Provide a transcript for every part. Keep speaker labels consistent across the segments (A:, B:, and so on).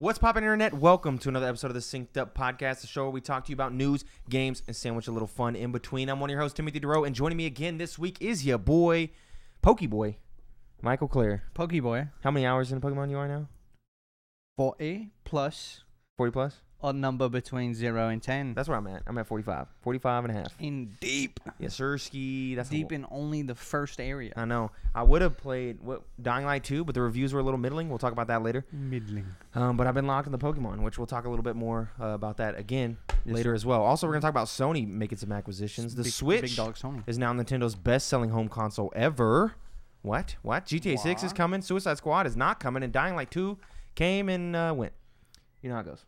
A: What's poppin', internet? Welcome to another episode of the Synced Up Podcast, the show where we talk to you about news, games, and sandwich a little fun in between. I'm one of your hosts, Timothy DeRoe, and joining me again this week is your boy, Pokeboy, Michael Clear.
B: Pokeboy.
A: How many hours in Pokemon you are now?
B: 40 plus
A: 40 plus?
B: a number between 0 and 10.
A: That's where I'm at. I'm at 45. 45 and a half.
B: in deep.
A: Yes, sir, ski. That's a
B: deep
A: lo-
B: in only the first area.
A: I know. I would have played what, Dying Light 2, but the reviews were a little middling. We'll talk about that later.
B: Middling.
A: Um, but I've been locked in the Pokemon, which we'll talk a little bit more uh, about that again
B: Yes,
A: later as well. Also, we're going to talk about Sony making some acquisitions. The
B: big,
A: Switch
B: Big dog Sony.
A: is now Nintendo's best-selling home console ever. What? What? GTA 6 is
B: What?
A: coming. Suicide Squad is not coming. And Dying Light 2 came and uh, went. You know how it goes.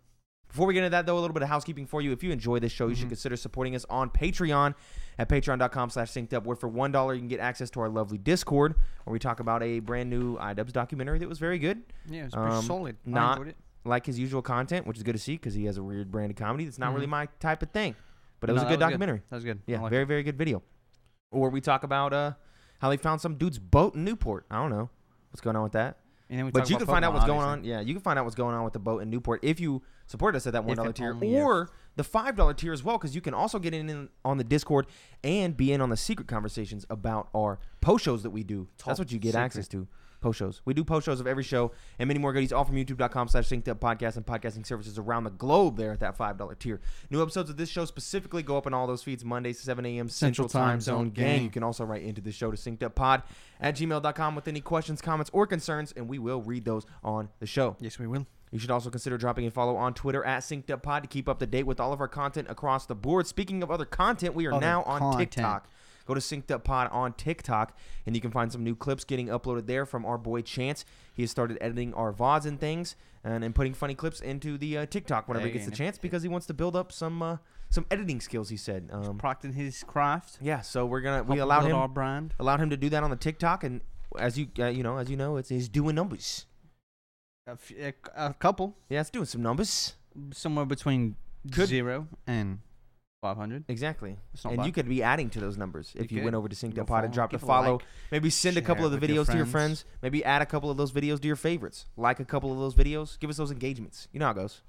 A: Before we get into that, though, a little bit of housekeeping for you. If you enjoy this show, you should
B: Mhm.
A: consider supporting us on Patreon at patreon.com slash synced up, where for $1 you can get access to our lovely Discord, where we talk about a brand new iDubbbz documentary that was very good
B: Yeah, it's pretty
A: Um,
B: solid.
A: not-
B: I enjoyed it.
A: like his usual content, which is good to see because he has a weird brand of comedy that's not really
B: Mhm.
A: my type of thing. But it Mm-hmm. was
B: No,
A: a
B: that
A: good documentary.
B: That was good. I
A: Yeah,
B: liked
A: very very good video. Or we talk about uh how they found some dude's boat in Newport. I don't know what's going on with that.
B: it. And then we
A: but
B: talked
A: you
B: about
A: can find out
B: Pokemon,
A: what's going
B: obviously.
A: on. Yeah, you can find out what's going on with the boat in Newport if you support us at that
B: If
A: one dollar
B: and
A: tier
B: only if.
A: or the five dollar tier as well, because you can also get in, in on the Discord and be in on the secret conversations about our post shows that we do.
B: Top
A: That's what you get
B: secret.
A: access to. Post shows. We do post shows of every show and many more goodies all from youtube.com slash synced up podcast and podcasting services around the globe there at that $5 tier. New episodes of this show specifically go up on all those feeds Mondays, 7 a.m. Central,
B: Central
A: Time
B: Time
A: Zone
B: Zone
A: gang.
B: gang.
A: You can also write into the show to syncedupod at gmail.com with any questions, comments, or concerns, and we will read those on Mm-hmm. the show.
B: Yes, we will.
A: You should also consider dropping a follow on Twitter at syncedupod to keep up to date with all of our content across the board. Speaking of other content, we are
B: Other
A: now on
B: content.
A: TikTok. Go to Synced Up Pod on TikTok, and you can find some new clips getting uploaded there from our boy Chance. He has started editing our VODs and things, and, and putting funny clips into the uh, TikTok whenever he
B: Dang,
A: gets the
B: if-
A: chance because he wants to build up some uh, some editing skills. He said, um,
B: Procting his craft.
A: yeah, so we're gonna we
B: helped
A: allowed
B: build
A: him
B: our brand.
A: allowed him to do that on the TikTok, and as you uh, you know, as you know, it's he's doing numbers.
B: A, f- a c- a couple.
A: Yeah, it's doing some numbers.
B: Somewhere between
A: Could-
B: zero and 500.
A: Exactly,
B: It's not
A: and
B: bad.
A: you could be adding to those numbers if you,
B: You
A: went
B: could.
A: over to Sync
B: Go
A: Up Pod and
B: follow,
A: dropped a
B: give a
A: follow.
B: like,
A: Maybe send a
B: share
A: couple of
B: it
A: the
B: with your
A: videos to your
B: friends.
A: friends. Maybe add a couple of those videos to your favorites. Like a couple of those videos. Give us those engagements. You know how it goes.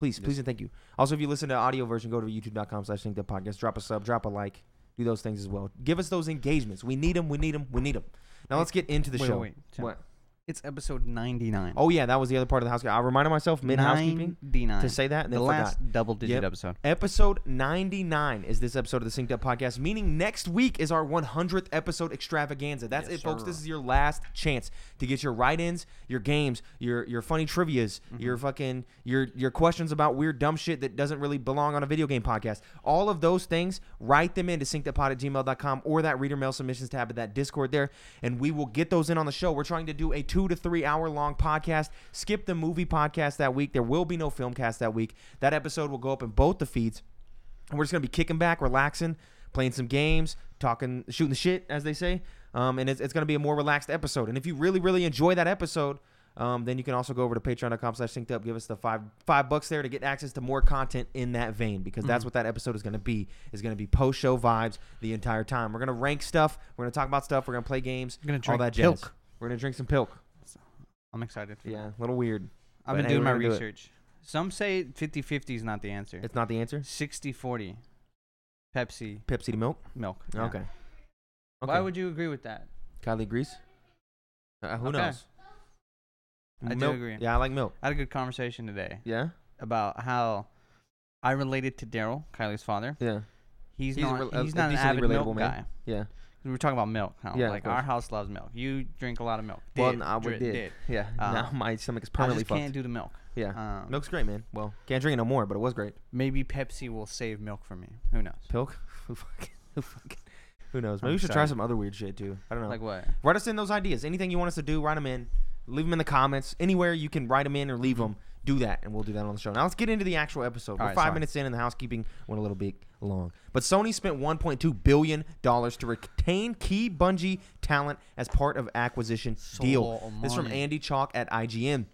A: Please,
B: Yes.
A: please, and thank you. Also, if you listen to audio version, go to youtube.com slash Sync Up Podcast. Drop a sub, drop a like, do those things as well. Give us those engagements. We need them. We need them. We need them. Now let's get into the
B: wait,
A: show.
B: Wait, wait, Tim.
A: What?
B: It's episode 99.
A: Oh yeah, that was the other part of the housekeeping. I reminded myself mid housekeeping
B: 99.
A: to say that. And
B: the
A: then
B: last
A: forgot.
B: double digit
A: Yep.
B: episode.
A: Episode 99 is this episode of the Synced Up Podcast, meaning next week is our 100th episode extravaganza. That's
B: Yes,
A: it, folks.
B: sir.
A: This is your last chance to get your write-ins, your games, your your funny trivias, your fucking your your questions about weird dumb shit that doesn't really belong on a video game podcast. All of those things, write them in to synceduppod at gmail.com or that reader mail submissions tab at that Discord there, and we will get those in on the show. We're trying to do a two to three hour long podcast. Skip the movie podcast that week. There will be no film cast that week. That episode will go up in both the feeds. And we're just gonna be kicking back, relaxing, playing some games, talking, shooting the shit, as they say. Um, and it's, it's gonna be a more relaxed episode. And if you really, really enjoy that episode, um, then you can also go over to patreon.com slash synced up, give us the five five bucks there to get access to more content in that vein because
B: Mm-hmm.
A: that's what that episode is gonna be. Is gonna be post show vibes the entire time. We're gonna rank stuff, we're gonna talk about stuff, we're gonna play games,
B: I'm going to
A: all
B: drink
A: that jazz.
B: milk.
A: We're gonna drink some pilk.
B: I'm excited. for
A: Yeah,
B: that.
A: a little weird. But
B: I've been
A: hey,
B: doing
A: we're
B: my
A: gonna do it.
B: research. Some say 50 50 is not the answer.
A: It's not the answer.
B: 60 40. Pepsi,
A: Pepsi to milk.
B: milk. yeah.
A: Okay. okay.
B: Why would you agree with that?
A: Kylie Grease? Uh, who
B: Okay.
A: knows?
B: I do
A: Milk-
B: agree.
A: Yeah, I like milk.
B: I had a good conversation today
A: Yeah,
B: about how I related to Daryl, Kylie's father.
A: yeah,
B: He's,
A: He's a
B: not,
A: rel- a-
B: he's
A: a
B: not an
A: decently
B: avid milk
A: relatable man.
B: guy.
A: yeah,
B: We were talking about milk. How,
A: Yeah, of
B: like, our
A: course.
B: house loves milk. You drink a lot of milk.
A: Well,
B: Did,
A: nah, we
B: dri-
A: did. yeah.
B: Uh,
A: now my stomach is
B: I
A: permanently
B: just
A: fucked.
B: can't do the milk.
A: yeah,
B: Um,
A: milk's great, man. Well, can't drink it no more, but it was great.
B: Maybe Pepsi will save milk for me. Who knows?
A: Pilk, who fucking, who fucking, who knows? Maybe
B: I'm
A: we should try
B: sorry.
A: some other weird shit too. I don't know.
B: Like what?
A: write us in those ideas. Anything you want us to do, write them in. Leave them in the comments. Anywhere you can write them in or leave them. Do that, and we'll do that on the show. Now let's get into the actual episode. We're
B: All right,
A: five
B: sorry.
A: minutes in, and the housekeeping went a little bbit long. But Sony spent 1.2 billion dollars to retain key Bungie talent as part of acquisition
B: So
A: deal. This from
B: Oh, money.
A: Andy Chalk at IGN.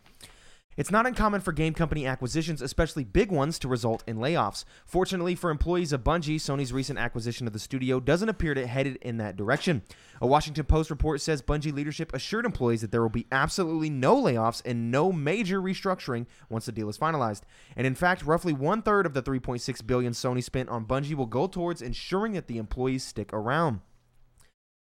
A: It's not uncommon for game company acquisitions, especially big ones, to result in layoffs. Fortunately for employees of Bungie, Sony's recent acquisition of the studio doesn't appear to headed in that direction. A Washington Post report says Bungie leadership assured employees that there will be absolutely no layoffs and no major restructuring once the deal is finalized. And in fact, roughly one third of the 3.6 billion Sony spent on Bungie will go towards ensuring that the employees stick around.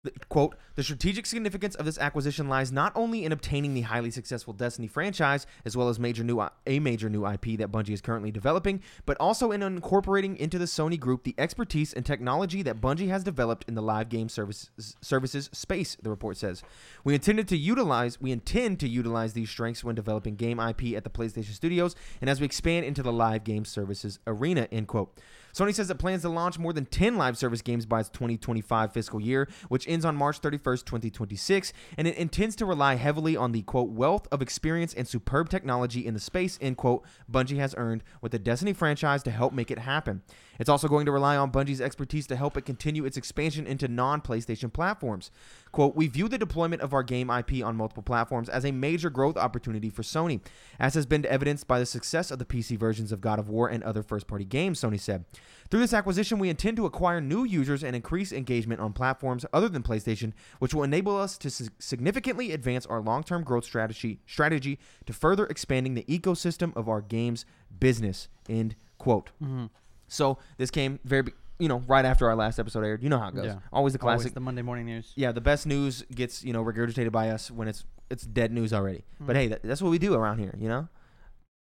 A: The- quote, the strategic significance of this acquisition lies not only in obtaining the highly successful Destiny franchise, as well as major new a major new IP that Bungie is currently developing, but also in incorporating into the Sony group the expertise and technology that Bungie has developed in the live game services, services space, the report says. We intended to utilize we intend to utilize these strengths when developing game IP at the PlayStation Studios and as we expand into the live game services arena, end quote. Sony says it plans to launch more than 10 live service games by its 2025 fiscal year, which ends on March 31st, 2026, and it intends to rely heavily on the quote wealth of experience and superb technology in the space end quote Bungie has earned with the Destiny franchise to help make it happen. It's also going to rely on Bungie's expertise to help it continue its expansion into non-PlayStation platforms. Quote, we view the deployment of our game IP on multiple platforms as a major growth opportunity for Sony, as has been evidenced by the success of the PC versions of God of War and other first party games, Sony said. Through this acquisition, we intend to acquire new users and increase engagement on platforms other than PlayStation, which will enable us to sig- significantly advance our long term growth strategy, strategy to further expanding the ecosystem of our games business. End quote.
B: Mm-hmm.
A: So this came very, be- you know, right after our last episode aired. You know how it goes.
B: Yeah.
A: Always the classic
B: Always the Monday morning news.
A: yeah, the best news gets you know regurgitated by us when it's it's dead news already. But
B: Mm.
A: hey, that, that's what we do around here, you know.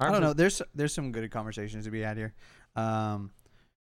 B: I don't know. There's there's some good conversations to be had here. Um,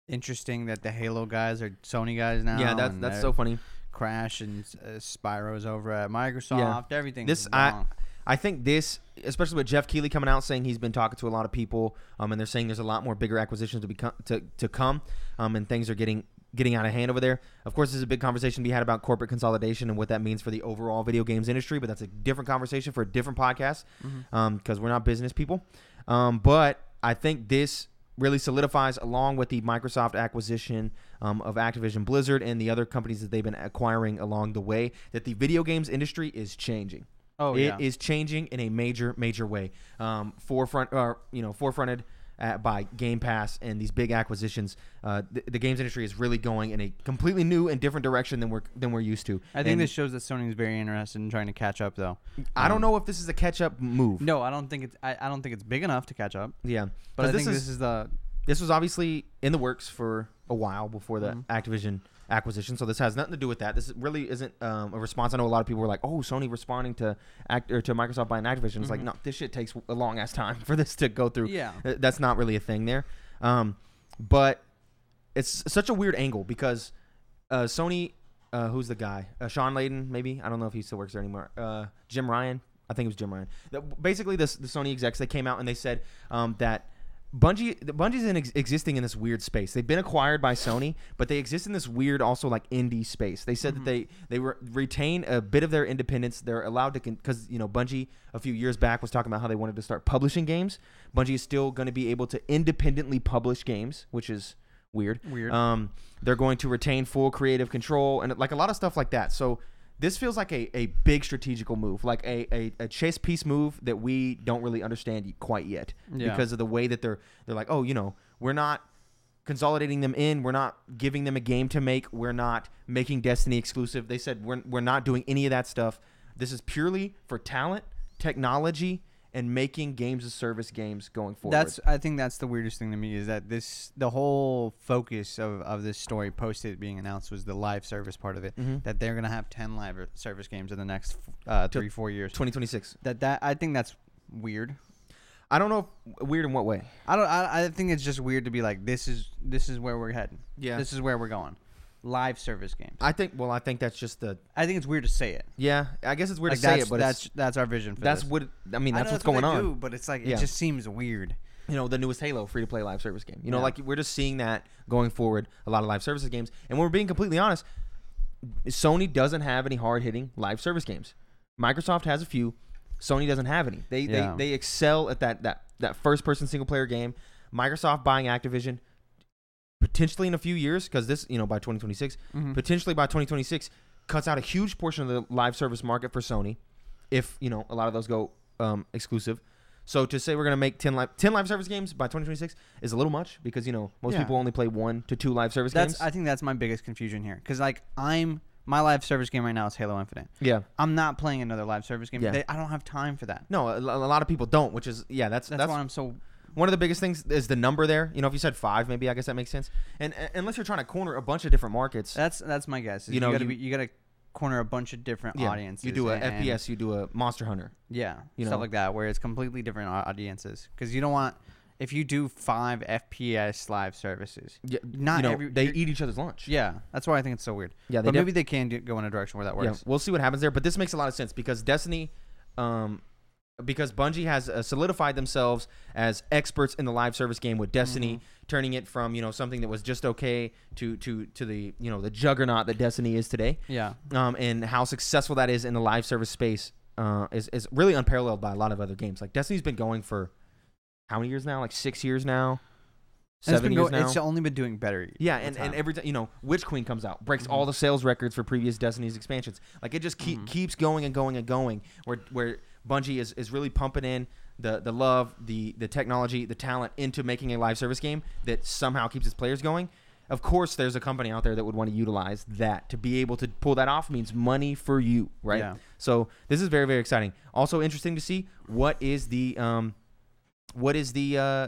B: interesting that the Halo guys are Sony guys now.
A: Yeah, that's
B: and
A: that's
B: they're-
A: so funny.
B: Crash and uh, Spyro's over at Microsoft. Everything.
A: This- I- I think this, especially with Jeff Keeley coming out saying he's been talking to a lot of people, um, and they're saying there's a lot more bigger acquisitions to become to, to come, um, and things are getting getting out of hand over there. Of course, there's a big conversation to be had about corporate consolidation and what that means for the overall video games industry, but that's a different conversation for a different podcast
B: Mm-hmm.
A: because we're not business people. Um, but I think this really solidifies, along with the Microsoft acquisition um, of Activision Blizzard and the other companies that they've been acquiring along the way, that the video games industry is changing.
B: oh
A: It is
B: yeah.
A: changing in a major, major way. Um, forefront, or you know, forefronted uh by Game Pass and these big acquisitions. Uh, the, the games industry is really going in a completely new and different direction than we're than we're used to.
B: I think
A: And Mm.
B: this shows that Sony's very interested in trying to catch up, though.
A: I don't
B: um,
A: know if this is a catch up move.
B: No, I don't think it's. I, I don't think it's big enough to catch up.
A: Yeah,
B: But I
A: this
B: think
A: is,
B: this is the.
A: this was obviously in the works for a while before the
B: Mhm.
A: Activision acquisition. So this has nothing to do with that. This really isn't um, a response. I know a lot of people were like, "Oh, Sony responding to act or to Microsoft buying Activision." It's like,
B: Mhm.
A: no, this shit takes a long ass time for this to go through.
B: Yeah.
A: Uh, That's not really a thing there. Um, but it's such a weird angle because uh, Sony, uh, who's the guy? Uh, Sean Layden, maybe? I don't know if he still works there anymore. Uh, Jim Ryan? I think it was Jim Ryan. That- basically, this, the Sony execs, they came out and they said um, that Bungie, the Bungie's in ex- existing in this weird space. They've been acquired by Sony, but they exist in this weird, also like indie space. They said
B: Mhm.
A: that they they re- retain a bit of their independence. They're allowed to because you know Bungie a few years back was talking about how they wanted to start publishing games. Bungie is still going to be able to independently publish games, which is weird.
B: Weird.
A: Um, they're going to retain full creative control and like a lot of stuff like that. So this feels like a, a big strategical move, like a, a, a chess piece move that we don't really understand quite yet
B: Yeah.
A: because of the way that they're they're like, oh, you know, we're not consolidating them in, we're not giving them a game to make, we're not making Destiny exclusive. They said we're we're not doing any of that stuff. This is purely for talent, technology, and making games of service games going forward.
B: That's. I think that's the weirdest thing to me is that this. The whole focus of of this story post it being announced was the live service part of it.
A: Mhm.
B: That they're gonna have ten live er- service games in the next uh,
A: Till
B: three four years.
A: 2026.
B: That that I think that's weird.
A: I don't know if, weird in what way.
B: I don't. I, I think it's just weird to be like, this is this is where we're heading.
A: Yeah.
B: This is where we're going. Live service games.
A: I think. Well, I think that's just the.
B: I think it's weird to say it.
A: Yeah, I guess it's weird
B: Like,
A: to say
B: that's,
A: it, but
B: that's
A: that's
B: that's our vision for
A: that's
B: this.
A: what I mean.
B: I
A: That's
B: know
A: what's going
B: what they
A: on.
B: do, but it's like
A: Yeah.
B: it just seems weird.
A: You know, the newest Halo free to play live service game. You know,
B: Yeah.
A: like we're just seeing that going forward. A lot of live services games, and when we're being completely honest, Sony doesn't have any hard hitting live service games. Microsoft has a few. Sony doesn't have any. They
B: Yeah.
A: they, they excel at that that that first person single player game. Microsoft buying Activision potentially in a few years because this you know by 2026
B: Mm-hmm.
A: potentially by 2026 cuts out a huge portion of the live service market for Sony if you know a lot of those go um, exclusive. So to say we're gonna make 10 live 10 live service games by 2026 is a little much because you know most
B: Yeah.
A: people only play one to two live service
B: That's
A: games.
B: I think that's my biggest confusion here because like I'm my live service game right now is Halo Infinite.
A: yeah.
B: I'm not playing another live service game.
A: Yeah.
B: They, I don't have time for that.
A: No, a, a lot of people don't, which is yeah. That's
B: That's,
A: that's,
B: why I'm so
A: one of the biggest things is the number there. You know, if you said five, maybe I guess that makes sense. And, and unless you're trying to corner a bunch of different markets,
B: that's that's my guess. is
A: You know,
B: you gotta
A: you-
B: be, you gotta corner a bunch of different
A: yeah,
B: audiences.
A: you do a
B: and-
A: FPS, you do a Monster Hunter.
B: yeah,
A: you
B: stuff
A: know.
B: like that, where it's completely different au- audiences because you don't want if you do five FPS live services,
A: Yeah,
B: Not
A: you know,
B: every-
A: they
B: you're-
A: eat each other's lunch.
B: Yeah, that's why I think it's so weird.
A: Yeah, they
B: but
A: def-
B: maybe they can do, go in a direction where that
A: Yeah,
B: works.
A: we'll see what happens there. But this makes a lot of sense because Destiny, um, because Bungie has uh, solidified themselves as experts in the live service game with Destiny,
B: Mm-hmm.
A: turning it from you know something that was just okay to to to the you know the juggernaut that Destiny is today.
B: Yeah,
A: um, and how successful that is in the live service space uh, is is really unparalleled by a lot of other games. Like Destiny's been going for how many years now? Like six years now,
B: And it's
A: seven
B: been
A: years
B: go-
A: now.
B: It's only been doing better.
A: yeah,
B: with
A: and, and
B: time.
A: every time you know, Witch Queen comes out, breaks all the sales records for previous Destiny's expansions. Like it just keep, keeps going and going and going. Where where Bungie is, is really pumping in the the love, the the technology, the talent into making a live service game that somehow keeps its players going. Of course, there's a company out there that would want to utilize that to be able to pull that off means money for you, right?
B: Yeah.
A: So this is very very exciting. Also interesting to see what is the um, what is the uh,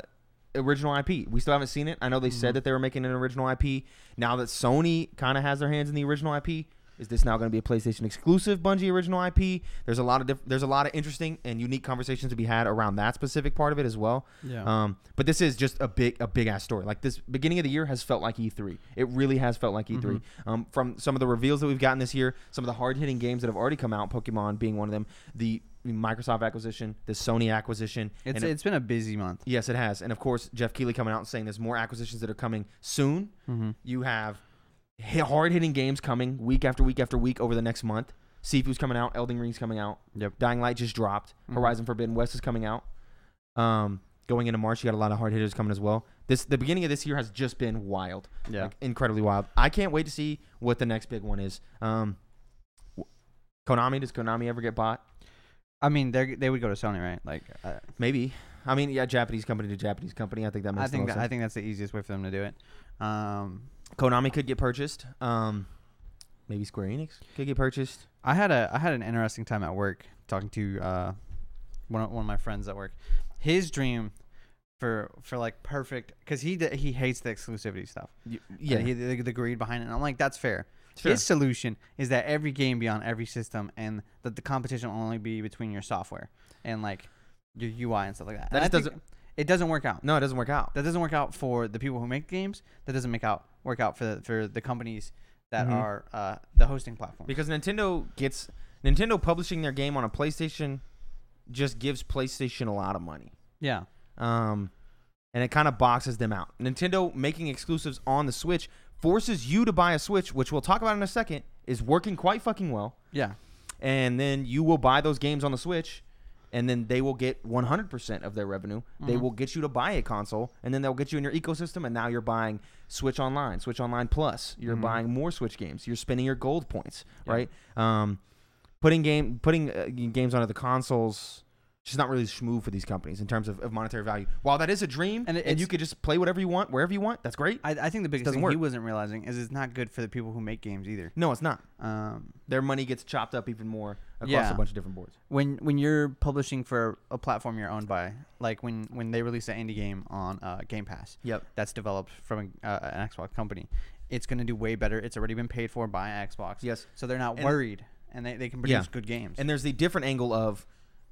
A: original IP? We still haven't seen it. I know they
B: Mm-hmm.
A: said that they were making an original IP. Now that Sony kind of has their hands in the original IP, is this now going to be a PlayStation exclusive Bungie original IP? There's a lot of diff- there's a lot of interesting and unique conversations to be had around that specific part of it as well.
B: yeah.
A: Um, but this is just a big, a big ass story. Like this beginning of the year has felt like E3. It really has felt like E3.
B: Mm-hmm.
A: Um, from some of the reveals that we've gotten this year, some of the hard hitting games that have already come out, Pokemon being one of them, the Microsoft acquisition, the Sony acquisition,
B: it's
A: and
B: it's been a busy month.
A: Yes, it has. And of course, Jeff Keighley coming out and saying there's more acquisitions that are coming soon.
B: Mm-hmm.
A: You have hard hitting games coming week after week after week over the next month. Sifu's coming out. Elden Ring's coming out.
B: Yep.
A: Dying Light just dropped.
B: Mhm.
A: Horizon Forbidden West is coming out. Um, going into March, you got a lot of hard hitters coming as well. This the beginning of this year has just been wild,
B: Yeah.
A: like, incredibly wild. I can't wait to see what the next big one is. Um, w- Konami does Konami ever get bought?
B: I mean, they they would go to Sony, right? Like, uh,
A: Maybe. I mean, yeah, Japanese company to Japanese company. I think that makes the
B: I
A: most
B: think that,
A: sense.
B: I think that's the easiest way for them to do it. Um,
A: Konami could get purchased. Um, maybe Square Enix could get purchased.
B: I had a I had an interesting time at work talking to uh, one of, one of my friends at work. His dream for for like perfect because he d- he hates the exclusivity stuff.
A: Yeah,
B: he, the, the greed behind it. And I'm like, that's fair.
A: Sure.
B: His solution is that every game be on every system, and that the competition will only be between your software and like your UI and stuff like that.
A: That
B: And I
A: just
B: think It doesn't work out.
A: no, it doesn't work out.
B: That doesn't work out for the people who make games. That doesn't make out work out for the, for the companies that
A: Mhm.
B: are uh, the hosting platform.
A: because Nintendo gets Nintendo publishing their game on a PlayStation just gives PlayStation a lot of money.
B: yeah.
A: Um, and it kind of boxes them out. Nintendo making exclusives on the Switch forces you to buy a Switch, which we'll talk about in a second, is working quite fucking well.
B: Yeah.
A: and then you will buy those games on the Switch, and then they will get 100% of their revenue. They
B: Mm-hmm.
A: will get you to buy a console, and then they'll get you in your ecosystem, and now you're buying Switch Online, Switch Online Plus. You're buying more Switch games. You're spending your gold points,
B: Mm-hmm. Yeah.
A: right? Um, putting game putting uh, games onto the consoles. Just not really smooth for these companies in terms of, of monetary value. While that is a dream,
B: And
A: and,
B: it-
A: you
B: it's-
A: could just play whatever you want, wherever you want, that's great.
B: I, I think the biggest
A: doesn't
B: thing he
A: work.
B: wasn't realizing is it's not good for the people who make games either.
A: no, it's not.
B: Um,
A: Their money gets chopped up even more across
B: Yeah.
A: a bunch of different boards.
B: when when you're publishing for a platform you're owned by, like when when they release an indie game on uh, Game Pass,
A: Yep.
B: that's developed from a, uh, an Xbox company, it's gonna do way better. It's already been paid for by Xbox.
A: Yes.
B: so they're not
A: And-
B: worried, and they, they can
A: Yeah.
B: produce good games.
A: And there's the different angle of,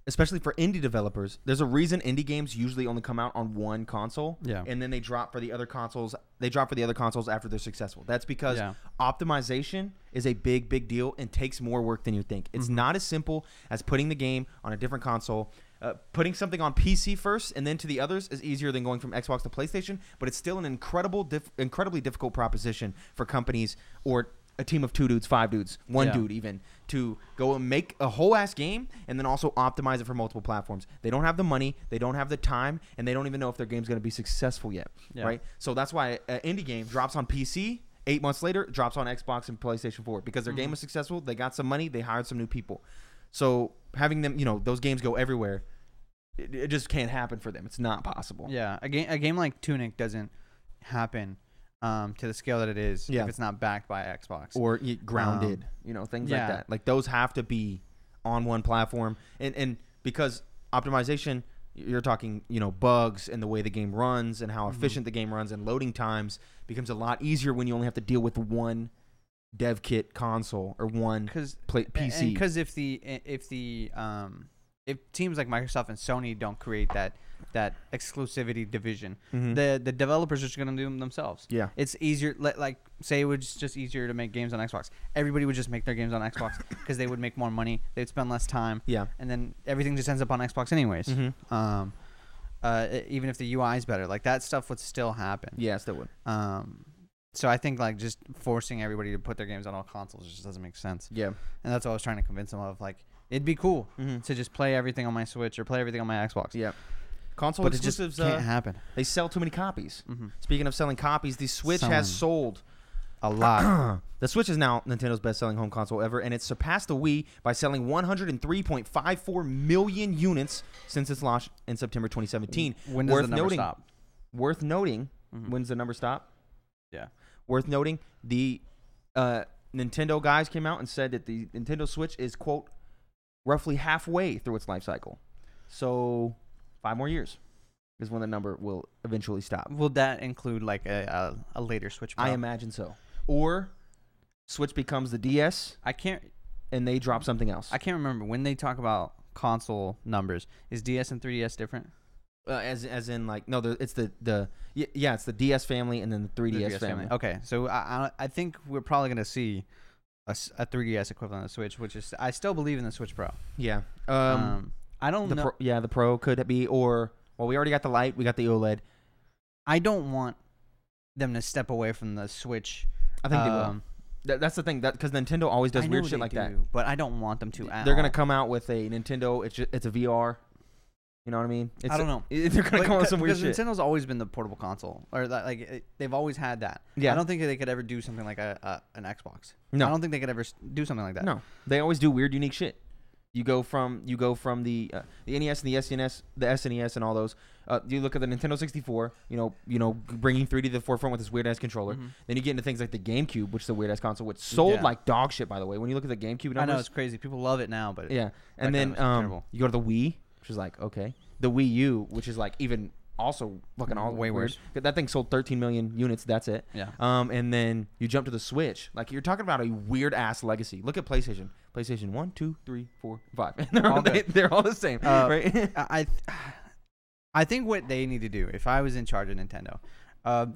A: especially for indie developers, there's a reason indie games usually only come out on one console.
B: Yeah.
A: And then they drop for the other consoles. They drop for the other consoles after they're successful. That's because
B: Yeah.
A: optimization is a big, big deal and takes more work than you think.
B: Mm-hmm.
A: It's not as simple as putting the game on a different console. Uh, putting something on PC first and then to the others is easier than going from Xbox to PlayStation, but it's still an incredible, diff- incredibly difficult proposition for companies or a team of two dudes, five dudes, one
B: Yeah.
A: dude even to go and make a whole ass game and then also optimize it for multiple platforms. They don't have the money, they don't have the time, and they don't even know if their game's going to be successful yet,
B: Yeah.
A: right? So that's why an indie game drops on PC. Eight months later, drops on Xbox and PlayStation 4 because their game was successful. They got some money. They hired some new people. So having them, you know, those games go everywhere It, it just can't happen for them. It's not possible.
B: Yeah, a game a game like Tunic doesn't happen um, to the scale that it is
A: Yeah.
B: if it's not backed by Xbox.
A: Or y- grounded, you know, things
B: Um, yeah.
A: like that. Like those have to be on one platform, and and because optimization, you're talking, you know, bugs and the way the game runs and
B: Mm-hmm.
A: how efficient the game runs and loading times becomes a lot easier when you only have to deal with one dev kit console or one
B: because
A: play, PC.
B: because if the if the um, if teams like Microsoft and Sony don't create that that exclusivity division,
A: Mhm.
B: the the developers are just gonna do them themselves.
A: yeah,
B: It's easier, li- like say it was just easier to make games on Xbox. Everybody would just make their games on Xbox because they would make more money, they'd spend less time,
A: yeah,
B: and then everything just ends up on Xbox anyways.
A: Mhm.
B: Um, uh, e- even if the UI is better, like that stuff would still happen.
A: yes, that would.
B: Um, so I think like just forcing everybody to put their games on all consoles just doesn't make sense.
A: Yeah,
B: And that's what I was trying to convince them of. Like it'd be cool
A: Mhm.
B: to just play everything on my Switch or play everything on my Xbox.
A: yeah. Console
B: But it just
A: exclusives,
B: can't
A: uh,
B: happen.
A: they sell too many copies.
B: hmm
A: Speaking of selling copies, the Switch has sold
B: A lot.
A: the Switch is now Nintendo's best-selling home console ever, and it's surpassed the Wii by selling 103.54 million units since its launch in September 2017.
B: when does
A: worth
B: the number
A: noting,
B: stop?
A: Worth noting,
B: Mhm.
A: when's the number stop?
B: Yeah.
A: Worth noting, the uh, Nintendo guys came out and said that the Nintendo Switch is quote roughly halfway through its life cycle, so five more years is when the number will eventually stop.
B: Will that include like a, a, a later Switch? Pro?
A: I imagine so. Or Switch becomes the DS
B: I can't.
A: and they drop something else.
B: I can't remember when they talk about console numbers. Is DS and 3DS different?
A: Uh, as as in like no, the, it's the the y- yeah, it's the DS family and then the 3DS,
B: The
A: family.
B: Okay, so I, I I think we're probably gonna see a, s- a 3DS equivalent of Switch, which is I still believe in the Switch Pro.
A: Yeah. Um,
B: Um, I don't
A: the
B: know.
A: pro, yeah, the Pro could be or well, we already got the light, we got the E OLED.
B: I don't want them to step away from the Switch.
A: I think they will.
B: um,
A: That, that's the thing that cuz Nintendo always does
B: I
A: weird
B: know
A: shit
B: they
A: like that.
B: do, But I don't want them to. at
A: They're going to
B: all.
A: come out with a Nintendo it's ju- it's a VR. You know what I mean? It's
B: I don't know.
A: it- they're going to
B: But
A: come out with
B: c-
A: some weird
B: because
A: shit.
B: Nintendo's always been the portable console, or that, like it, they've always had that.
A: Yeah.
B: I don't think they could ever do something like a, a an Xbox.
A: No.
B: I don't think they could ever s- do something like that.
A: No, they always do weird, unique shit. You go from you go from the uh, the NES and the SNES, the SNES and all those. Uh, you look at the Nintendo 64. You know, you know, bringing 3D to the forefront with this weird ass controller.
B: Mhm.
A: Then you get into things like the GameCube, which is a weird ass console, which sold
B: Yeah.
A: like dog shit. By the way, when you look at the GameCube
B: I know
A: numbers,
B: it's crazy. People love it now, but
A: yeah. And
B: That
A: then
B: guy was
A: um,
B: terrible.
A: you go to the Wii, which is like okay, the Wii U, which is like even also fucking all
B: Way
A: weird. That thing sold 13 million units. That's it.
B: yeah.
A: Um, and then you jump to the Switch. Like you're talking about a weird ass legacy. Look at PlayStation. PlayStation one, two, three, four, five. they're all,
B: All
A: they,
B: good.
A: they're all the same,
B: Uh,
A: right?
B: I, I th- I think what they need to do, if I was in charge of Nintendo, uh,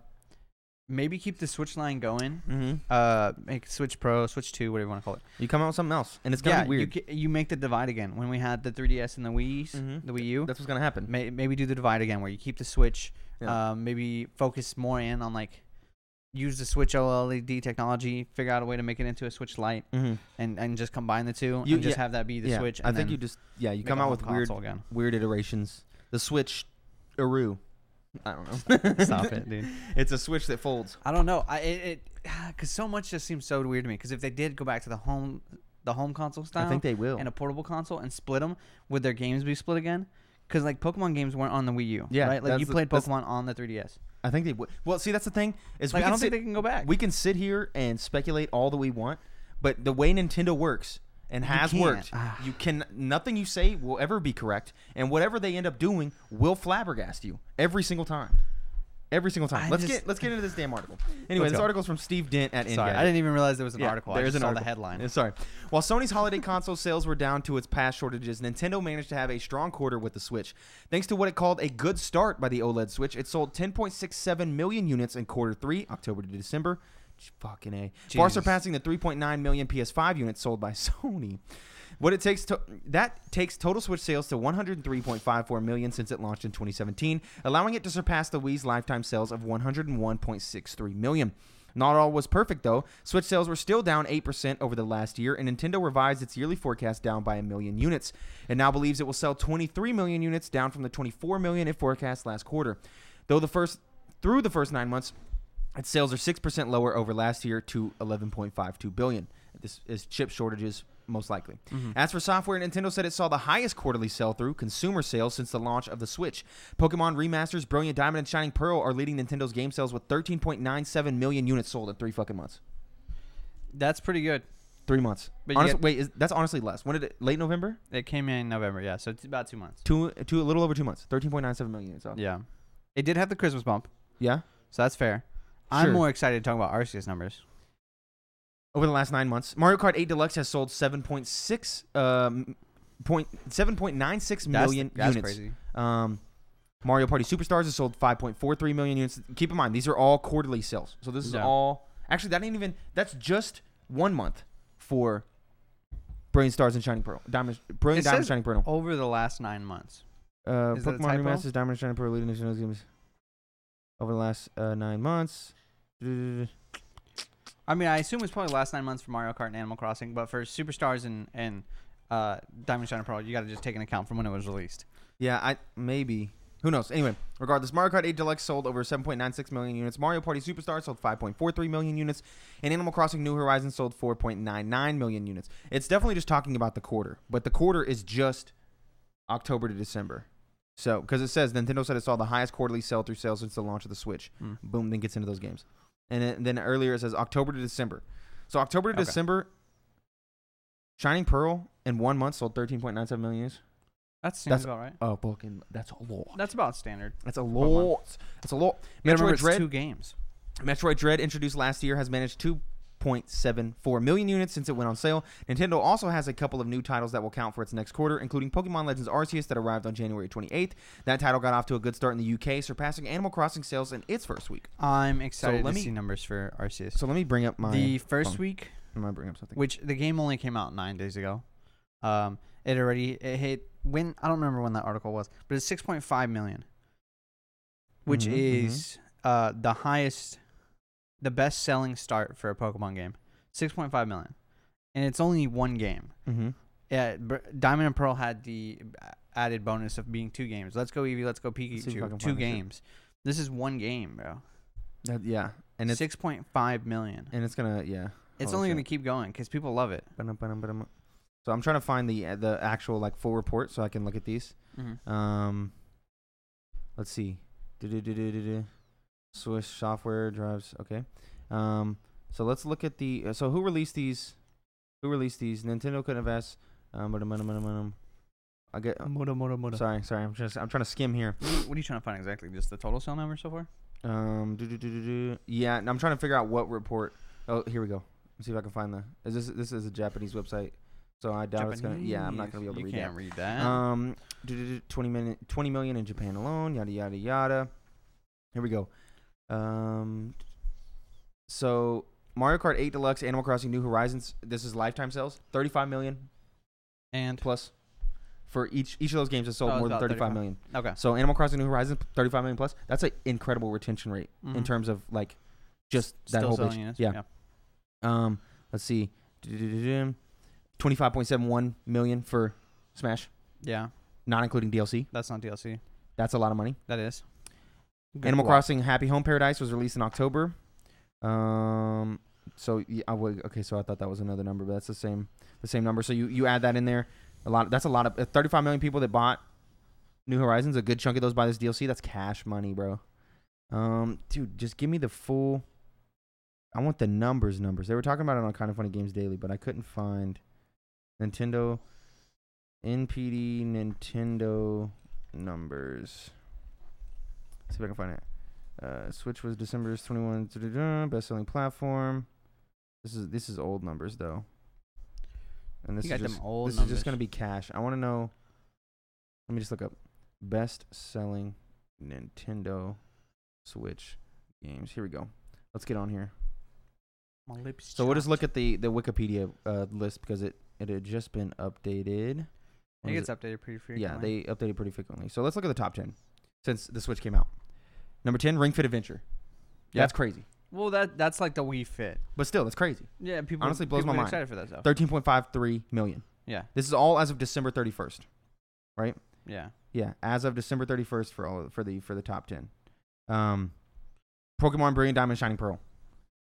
B: maybe keep the Switch line going.
A: mm-hmm.
B: Uh, make Switch Pro, Switch Two, whatever you want to call it.
A: You come out with something else, and it's gonna be
B: you,
A: weird.
B: ca- you make the divide again. When we had the 3DS and the Wii's,
A: Mhm.
B: the Wii U,
A: That's what's gonna happen.
B: may, maybe do the divide again, where you keep the Switch.
A: Yeah.
B: Um, maybe focus more in on like use the Switch OLED technology, figure out a way to make it into a Switch Lite,
A: Mhm.
B: and, and just combine the two,
A: You-
B: and just
A: yeah,
B: have that be the
A: yeah,
B: Switch.
A: I
B: and
A: think
B: then
A: you just yeah, you
B: make
A: come
B: a
A: out
B: home
A: with weird,
B: console again.
A: weird iterations. The Switch, Aru. I don't know.
B: Stop it, dude.
A: It's a Switch that folds.
B: I don't know. I it because so much just seems so weird to me. Because if they did go back to the home, the home console style,
A: I think they will.
B: and a portable console and split them, would their games be split again? Because like Pokemon games weren't on the Wii U,
A: Yeah,
B: right? Like you
A: that's the-
B: played
A: that's-
B: Pokemon on the 3DS.
A: I think they would. Well, see, that's the thing is
B: Like
A: we
B: I
A: can
B: don't
A: sit,
B: think they can go back.
A: we can sit here and speculate all that we want, but the way Nintendo works and
B: You
A: has
B: can't.
A: worked,
B: Ah.
A: you can nothing you say will ever be correct, and whatever they end up doing will flabbergast you every single time. Every single time.
B: I
A: let's
B: just-
A: get let's get into this damn article. Anyway, this
B: go.
A: article's from Steve Dent at
B: Sorry,
A: Engadget.
B: I didn't even realize there was an
A: Yeah,
B: article. There's I just saw the headline.
A: Yeah, Sorry. While Sony's holiday console sales were down to its past shortages, Nintendo managed to have a strong quarter with the Switch. Thanks to what it called a good start by the OLED Switch, it sold 10.67 million units in quarter three, October to December. J- Fucking A. Far
B: Jesus.
A: surpassing the 3.9 million PS5 units sold by Sony. What it takes to that takes total Switch sales to 103.54 million since it launched in 2017, allowing it to surpass the Wii's lifetime sales of 101.63 million. Not all was perfect though. Switch sales were still down 8% over the last year, and Nintendo revised its yearly forecast down by a million units. It now believes it will sell 23 million units, down from the 24 million it forecast last quarter. Though the first through the first nine months, its sales are six percent lower over last year to 11.52 billion. This is chip shortages most likely.
B: Mhm.
A: As for software, Nintendo said it saw the highest quarterly sell through consumer sales since the launch of the Switch. Pokemon Remasters, Brilliant Diamond, and Shining Pearl are leading Nintendo's game sales with 13.97 million units sold in three fucking months.
B: That's pretty good.
A: Three months.
B: But
A: But
B: you get-
A: wait, is, that's honestly less. When did it? Late November?
B: It came in November, yeah. So it's about two months.
A: Two, two, a little over two months. 13.97 million units. Off.
B: Yeah, it did have the Christmas bump,
A: yeah.
B: so that's fair. I'm
A: Sure.
B: more excited to talk about Arceus numbers.
A: over the last nine months. Mario Kart 8 Deluxe has sold 7.6 um, point, 7.96
B: That's,
A: million
B: that's
A: units.
B: crazy.
A: Um, Mario Party Superstars has sold 5.43 million units. Keep in mind, these are all quarterly sales. So this is
B: Yeah.
A: all. Actually, that ain't even. That's just one month for Brilliant Stars and Shining Pearl. Diamond, Brilliant
B: It
A: Diamond
B: says-
A: Shining Pearl.
B: Over the last nine months,
A: Uh,
B: is that a
A: Pokemon
B: typo?
A: Remasters, Diamond and Shining Pearl leading Nintendo's games over the last uh, nine months. That's
B: I mean, I assume it's probably the last nine months for Mario Kart and Animal Crossing, but for Superstars and and uh, Diamond Shining Pearl, you got to just take an account from when it was released.
A: Yeah, I maybe. Who knows? Anyway, regardless, Mario Kart 8 Deluxe sold over 7.96 million units. Mario Party Superstars sold 5.43 million units, and Animal Crossing New Horizons sold 4.99 million units. It's definitely just talking about the quarter, but the quarter is just October to December. So, because it says Nintendo said it saw the highest quarterly sell-through sales since the launch of the Switch.
B: Hmm.
A: Boom, then gets into those games, and then- then earlier it says October to December. So October to
B: Okay.
A: December, Shining Pearl in one month sold 13.97 million units.
B: That seems
A: That's-
B: about right.
A: Oh, fucking, that's a lot.
B: That's about standard.
A: That's a
B: Pokemon.
A: lot. That's a lot.
B: You gotta remember
A: Metroid
B: it's
A: Dread,
B: two games.
A: Metroid Dread, introduced last year, has managed 2.74 million units since it went on sale. Nintendo also has a couple of new titles that will count for its next quarter, including Pokemon Legends Arceus that arrived on January 28th. That title got off to a good start in the UK, surpassing Animal Crossing sales in its first week.
B: I'm excited
A: let
B: to
A: me-
B: see numbers for Arceus.
A: So let me bring up my.
B: the first
A: phone.
B: week,
A: I'm gonna bring up something.
B: which the game only came out nine days ago, um, it already it hit when I don't remember when that article was, but it's 6.5 million, which
A: Mhm, mhm.
B: is uh, the highest, the best selling start for a Pokemon game, 6.5 million, and it's only one game.
A: Mm-hmm.
B: Yeah, Br- Diamond and Pearl had the uh, added bonus of being two games. Let's go Eevee, let's go
A: Let's see if I can
B: Pikachu, two
A: find this shit.
B: games. This is one game, bro.
A: That, yeah, and
B: And
A: it's
B: 6.5 million.
A: and it's gonna yeah.
B: It's
A: holy
B: only
A: shit.
B: going to keep going because people love it.
A: Ba-dum, ba-dum, ba-dum. So I'm trying to find the the actual like full report so I can look at these.
B: Uh,
A: Um, let's see. Do-do-do-do-do-do. Swiss software drives. Okay. Um, so let's look at the. uh, So who released these? Who released these? Nintendo couldn't have asked. Um, but, um, um, um, um, I get.
B: Um, uh,
A: Sorry, sorry. I'm just. I'm trying to skim here.
B: What are you trying to find exactly? Just the total sale number so far?
A: Um, do do do do do. Yeah, and I'm trying to figure out what report. Oh, here we go. Let's see if I can find the. Is this this is a Japanese website? So I doubt it's gonna. Yeah, I'm not gonna be able to
B: you
A: read that.
B: can't read that.
A: Um, duh, duh, duh, 20 million, 20 million in Japan alone, yada yada yada. Here we go. Um, so Mario Kart 8 Deluxe, Animal Crossing New Horizons. This is lifetime sales, 35 million
B: and
A: plus for each each of those games has sold
B: Oh, it's
A: more than
B: about
A: 35
B: 35.
A: million.
B: okay,
A: So Animal Crossing New Horizons, 35 million plus. That's an incredible retention rate in
B: Mhm.
A: terms of like just that
B: Still
A: whole
B: selling
A: bitch.
B: units,
A: Yeah. Um, let's see, 25.71 million for Smash,
B: yeah,
A: not including DLC.
B: That's not DLC.
A: That's a lot of money.
B: That is Good
A: Animal
B: luck.
A: Crossing Happy Home Paradise was released in October. Um, so yeah, I would, okay, so I thought that was another number, but that's the same the same number. So you, you add that in there, a lot. That's a lot of uh, 35 million people that bought New Horizons. A good chunk of those buy this DLC. That's cash money, bro. Um, dude, just give me the full. I want the numbers, numbers. They were talking about it on Kind of Funny Games Daily, but I couldn't find Nintendo NPD Nintendo numbers. Let's see if I can find it. Uh, Switch was December's 21 da-da-da, best-selling platform. This is this is old numbers though. And this
B: You
A: is
B: got them
A: just,
B: old
A: this is
B: numbers.
A: just gonna be cash. I want to know. Let me just look up best-selling Nintendo Switch games. Here we go. Let's get on here.
B: My lips
A: So we'll just
B: chapped.
A: look at the the Wikipedia uh, list because it it had just been updated. What
B: It
A: is
B: gets updated pretty frequently.
A: yeah, they update it pretty frequently. So let's look at the top ten since the Switch came out. Number ten, Ring Fit Adventure.
B: Yeah.
A: That's crazy,
B: Well, that that's like the Wii Fit.
A: but still, that's crazy.
B: Yeah, people
A: Honestly, blows my
B: people get
A: mind.
B: Excited for that though.
A: Thirteen point five three million.
B: yeah,
A: This is all as of December thirty first.
B: yeah.
A: Yeah, as of December thirty first for all for the for the top ten. Um, Pokemon Brilliant Diamond Shining Pearl,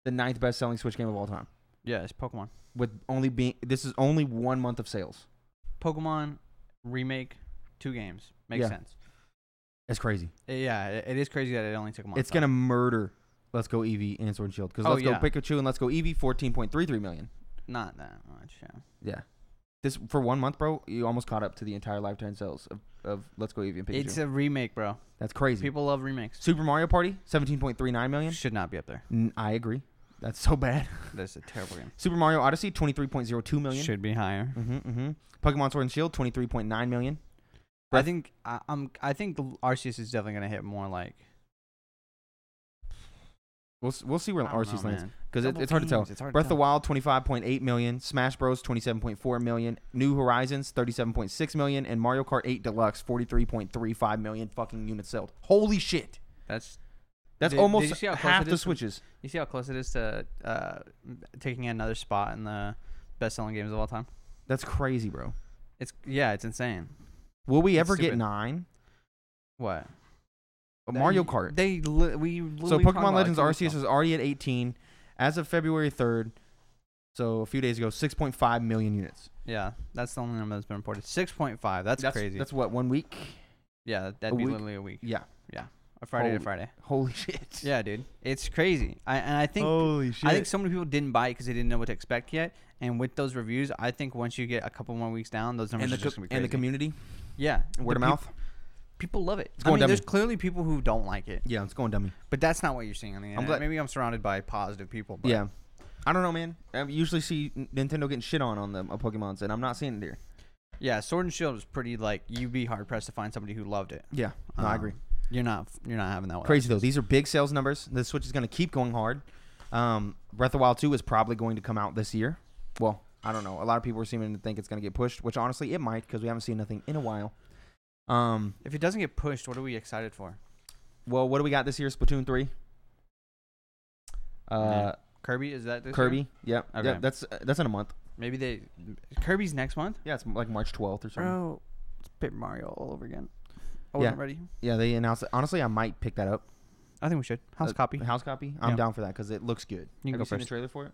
A: the ninth best selling Switch game of all time.
B: Yeah, it's Pokemon.
A: with only being this is only one month of sales.
B: Pokemon remake, two games makes
A: Yeah.
B: sense.
A: That's crazy.
B: Yeah, it, it is crazy that it only took a month.
A: It's gonna murder. Let's go Eevee and Sword and Shield because
B: Oh,
A: let's go
B: yeah.
A: Pikachu and let's go Eevee fourteen point three three million.
B: not that much. Yeah.
A: Yeah, this for one month, bro. You almost caught up to the entire lifetime sales of, of Let's Go Eevee and Pikachu.
B: It's a remake, bro.
A: That's crazy.
B: People love remakes.
A: Super Mario Party seventeen point three nine million.
B: Should not be up there.
A: N- I agree. That's so bad.
B: That's a terrible game.
A: Super Mario Odyssey twenty three point zero two million.
B: Should be higher.
A: Mm-hmm, mm-hmm. Pokemon Sword and Shield twenty three point nine million.
B: I
A: Breath-
B: think I, I'm. I think the Arceus is definitely gonna hit more like.
A: We'll s- we'll see where
B: I don't
A: RC's
B: know,
A: lands
B: man.
A: because it,
B: Double
A: it's hard to tell.
B: teams, It's hard
A: Breath of the
B: to tell.
A: Wild 25.8 million, Smash Bros 27.4 million, New Horizons 37.6 million, and Mario Kart 8 Deluxe 43.35 million fucking units sold. Holy shit.
B: That's.
A: That's
B: Did- did you
A: almost
B: see how close
A: half
B: it
A: the
B: is to-
A: Switches.
B: You see how close it is to uh, m- taking another spot in the best-selling games of all time.
A: That's crazy, bro.
B: It's yeah, it's insane.
A: Will we
B: It's
A: ever get
B: stupid.
A: 9?
B: What?
A: A
B: They-
A: Mario Kart.
B: They li- we literally
A: so
B: talked
A: Pokemon
B: about it
A: Legends
B: two
A: Arceus
B: weeks ago.
A: is already at 18 as of February 3rd. So a few days ago, 6.5 million units.
B: yeah, that's the only number that's been reported. Six point five. That's, crazy.
A: That's what one week.
B: yeah, that'd be
A: week? Oh.
B: literally a week.
A: Yeah.
B: A Friday
A: Holy-
B: to Friday.
A: Holy shit.
B: Yeah, dude, it's crazy. I and I think
A: Holy shit.
B: I think so many people didn't buy it because they didn't know what to expect yet. And with those reviews, I think once you get a couple more weeks down, those numbers
A: and the,
B: are just
A: co-
B: gonna be
A: and the
B: crazy.
A: community,
B: yeah,
A: word
B: the
A: of
B: peop-
A: mouth.
B: people love it.
A: It's
B: I
A: going
B: mean,
A: dummy.
B: there's clearly people who don't like it,
A: Yeah, it's going dummy.
B: but that's not what you're seeing on the internet.
A: glad-
B: Maybe I'm surrounded by positive people. But
A: Yeah. I don't know, man. I usually see N- Nintendo getting shit on on the uh, Pokemon's, and I'm not seeing it here.
B: yeah, Sword and Shield was pretty like you'd be hard pressed to find somebody who loved it.
A: Yeah, no, I
B: Um,
A: agree.
B: You're not you're not having that one.
A: Crazy though. These are big sales numbers. The Switch is going to keep going hard. Um, Breath of the Wild 2 is probably going to come out this year. Well, I don't know. A lot of people are seeming to think it's going to get pushed, which honestly it might because we haven't seen nothing in a while. Um,
B: If it doesn't get pushed, what are we excited for?
A: well, what do we got this year? Splatoon 3. Uh,
B: Kirby is that this year?
A: Kirby. Yep.
B: Okay.
A: Yep. That's uh, that's in a month.
B: Maybe they Kirby's next month.
A: Yeah, it's like March 12th or something.
B: Bro, it's Paper Mario all over again. I
A: Yeah.
B: wasn't ready.
A: Yeah, they announced it. Honestly, I might pick that up.
B: I think we should house
A: Uh,
B: copy.
A: House copy. I'm
B: Yeah.
A: down for that because it looks good.
B: You
A: Have
B: can go
A: you seen the
B: first.
A: trailer for it?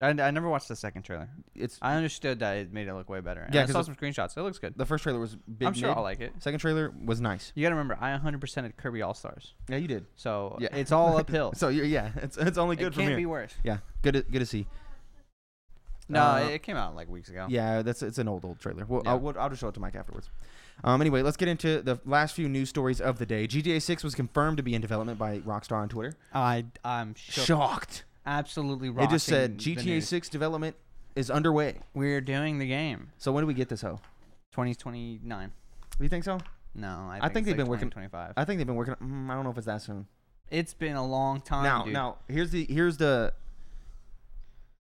B: I, I never watched the second trailer.
A: It's
B: I understood that it made it look way better. And
A: Yeah,
B: I
A: 'cause
B: saw
A: it-
B: some screenshots. It looks good.
A: the first trailer was big.
B: I'm sure
A: mid.
B: I'll like it.
A: Second trailer was nice.
B: You gotta remember, I 100% at Kirby All Stars,
A: Yeah, you did.
B: so
A: Yeah.
B: it's all uphill.
A: So you're, yeah, it's it's only
B: it
A: good Uh, for
B: can't
A: me.
B: be worse.
A: Yeah, good to, good to see.
B: No,
A: Uh,
B: it came out like weeks ago.
A: Yeah, that's it's an old old trailer. Well,
B: Yeah.
A: I'll, we'll- I'll just show it to Mike afterwards. Um, anyway, let's get into the last few news stories of the day. GTA 6 was confirmed to be in development by Rockstar on Twitter.
B: I I'm shook.
A: Shocked.
B: absolutely
A: It
B: rocking.
A: just said
B: the
A: GTA
B: news.
A: 6 development is underway.
B: We're doing the game.
A: So when do we get this hoe?
B: 2029.
A: Do you think so?
B: No, I
A: I think
B: think, it's
A: they've
B: like
A: been working-
B: 2025.
A: I think they've been working. Mm, I don't know if it's that soon.
B: It's been a long time.
A: now,
B: dude.
A: now here's the here's the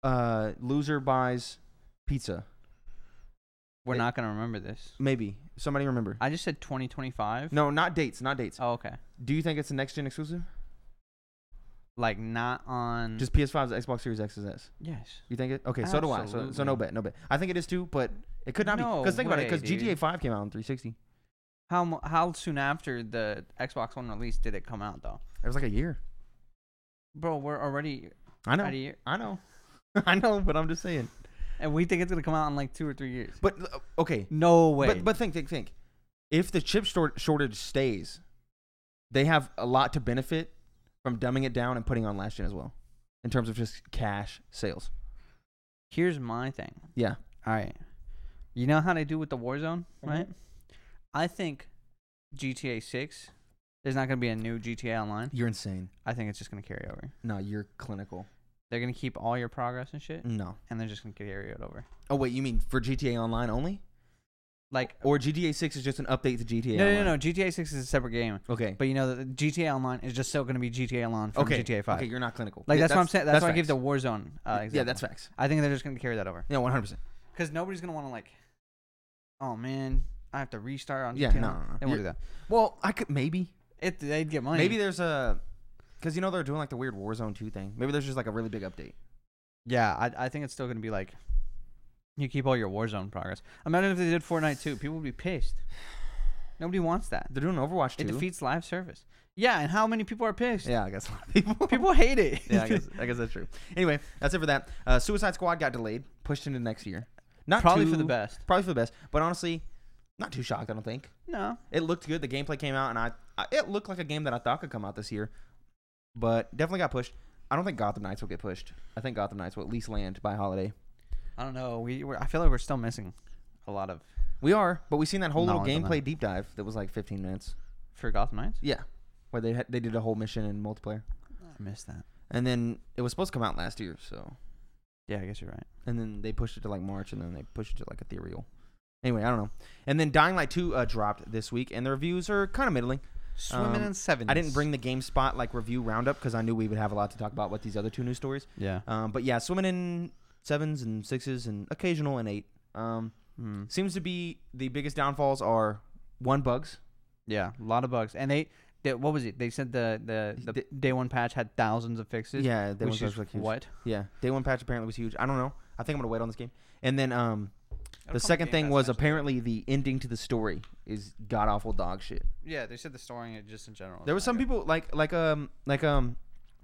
A: uh loser buys pizza.
B: we're
A: it-
B: not gonna remember this.
A: Maybe somebody remember.
B: I just said 2025.
A: no, not dates, not dates.
B: Oh, okay.
A: Do you think it's a next gen exclusive?
B: Mm-hmm. Like not on.
A: Just PS5's Xbox Series X is S.
B: yes.
A: You think it? Okay, so do I. So, so no
B: Absolutely.
A: bet, no bet. I think it is too, but it could not be.
B: No
A: Because think about it.
B: way,
A: Because
B: dude.
A: GTA 5 came out in 360.
B: How mu- how soon after the Xbox One release did it come out though?
A: It was like a year.
B: Bro, we're already
A: I
B: at a
A: know.
B: year,
A: I know. I know, but I'm just saying.
B: and we think it's gonna come out in like two or three years.
A: But uh, okay,
B: No way.
A: But but think think think. If the chip stor- shortage stays, they have a lot to benefit from dumbing it down and putting on last gen as well, in terms of just cash sales.
B: here's my thing.
A: Yeah. Mm-hmm.
B: All right, you know how they do with the Warzone, right? I think GTA Six. There's not gonna be a new GTA Online.
A: You're insane.
B: I think it's just gonna carry over.
A: No, you're clinical.
B: They're gonna keep all your progress and shit,
A: No.
B: and they're just gonna carry it over.
A: Oh wait, you mean for GTA Online only,
B: Like
A: or GTA Six is just an update to GTA?
B: no, no,
A: Online?
B: no, no. GTA Six is a separate game,
A: Okay.
B: but you know the GTA Online is just still gonna be GTA Online from
A: okay.
B: GTA Five.
A: Okay, you're not clinical.
B: Like
A: Yeah,
B: that's, what I'm saying. That's, why I
A: facts.
B: gave the Warzone. Uh, example.
A: Yeah, that's facts.
B: I think they're just gonna carry that over
A: Yeah, 100. percent
B: because nobody's gonna want to like, oh man, I have to restart on.
A: Yeah,
B: GTA.
A: no, no, no.
B: they won't
A: You-
B: do that.
A: Well, I could maybe
B: It they'd get money.
A: maybe there's a because you know they're doing like the weird Warzone two thing. Maybe there's just like a really big update.
B: yeah, I I think it's still gonna be like, you keep all your Warzone progress. Imagine if they did Fortnite too, people would be pissed. Nobody wants that.
A: They're doing Overwatch two.
B: It defeats live service. Yeah, and how many people are pissed?
A: Yeah, I guess a lot of people.
B: People hate it.
A: yeah, I guess, I guess that's true. Anyway, that's it for that. Uh, Suicide Squad got delayed, pushed into next year. Not
B: Probably for
A: too-
B: the best.
A: Probably for the best. But honestly, not too shocked. I don't think
B: No.
A: it looked good. The gameplay came out, and I, I it looked like a game that I thought could come out this year, but definitely got pushed. I don't think Gotham Knights will get pushed. I think Gotham Knights will at least land by holiday.
B: I don't know. We we're, I feel like we're still missing a lot of
A: We are, but we seen that whole little
B: Knowledge on
A: gameplay
B: that.
A: deep dive that was like 15 minutes.
B: for Gotham Knights.
A: Yeah, where they had, they did a whole mission in multiplayer,
B: I missed that.
A: and then it was supposed to come out last year. So
B: Yeah, I guess you're right.
A: and then they pushed it to like March, and then they pushed it to like ethereal. Anyway, I don't know. And then Dying Light 2 uh, dropped this week, and the reviews are kind of middling.
B: Swimming
A: Um,
B: in seven.
A: I didn't bring the GameSpot like review roundup because I knew we would have a lot to talk about with these other two news stories.
B: Yeah.
A: Um, but yeah, swimming in sevens and sixes and occasional and eight. Um,
B: Mm.
A: seems to be the biggest downfalls are one bugs.
B: Yeah, a lot of bugs, and they, they what was it? They said the the, the
A: The-
B: day one patch had thousands of fixes.
A: yeah,
B: Which
A: was
B: is what?
A: Yeah, day one patch apparently was huge. I don't know. I think I'm gonna wait on this game. And then um, the second thing was apparently the ending to the story is god awful dog shit.
B: Yeah, they said the storing it just in general.
A: There were some people like like um like um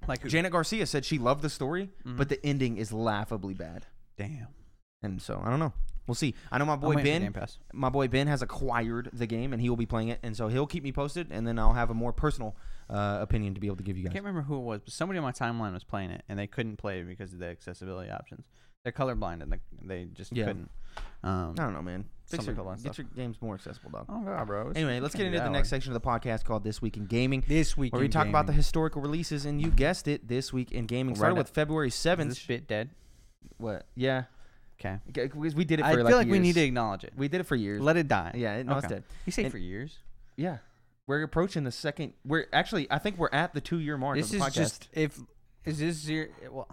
B: like Oh, who? Mm-hmm.
A: Janet Garcia said she loved the story, but the ending is laughably bad.
B: damn.
A: And so I don't know. We'll see. I know my boy
B: waiting for
A: Ben.
B: Game Pass.
A: My boy Ben has acquired the game, and he will be playing it, and so he'll keep me posted, and then I'll have a more personal uh, opinion to be able to give you
B: I
A: guys.
B: can't remember who it was, but somebody on my timeline was playing it, and they couldn't play it because of the accessibility options. They're colorblind, and they, they just
A: Yeah.
B: couldn't. Um,
A: I don't know, man. Fix
B: Some
A: your,
B: people want
A: get your games more accessible, dog.
B: Oh god, bro. it's-
A: Anyway,
B: you
A: let's
B: can't
A: get
B: do
A: into the
B: that
A: next
B: one.
A: section of the podcast called This Week in Gaming.
B: This week,
A: Where we talk about the historical releases, and you guessed it, this week in gaming.
B: Right
A: Started
B: up.
A: with February
B: seventh
A: 7th.
B: bit dead.
A: What? Yeah.
B: Okay.
A: Okay, 'cause We did it for
B: I feel
A: like,
B: like, we need
A: years.
B: to acknowledge it.
A: We did it for years.
B: Let it die.
A: yeah, it, no, it's
B: Okay.
A: dead.
B: You say
A: And-
B: for years.
A: Yeah. We're approaching the second. We're actually, I think we're at the two year mark
B: This
A: of the
B: is
A: podcast.
B: just if is this zero? Well,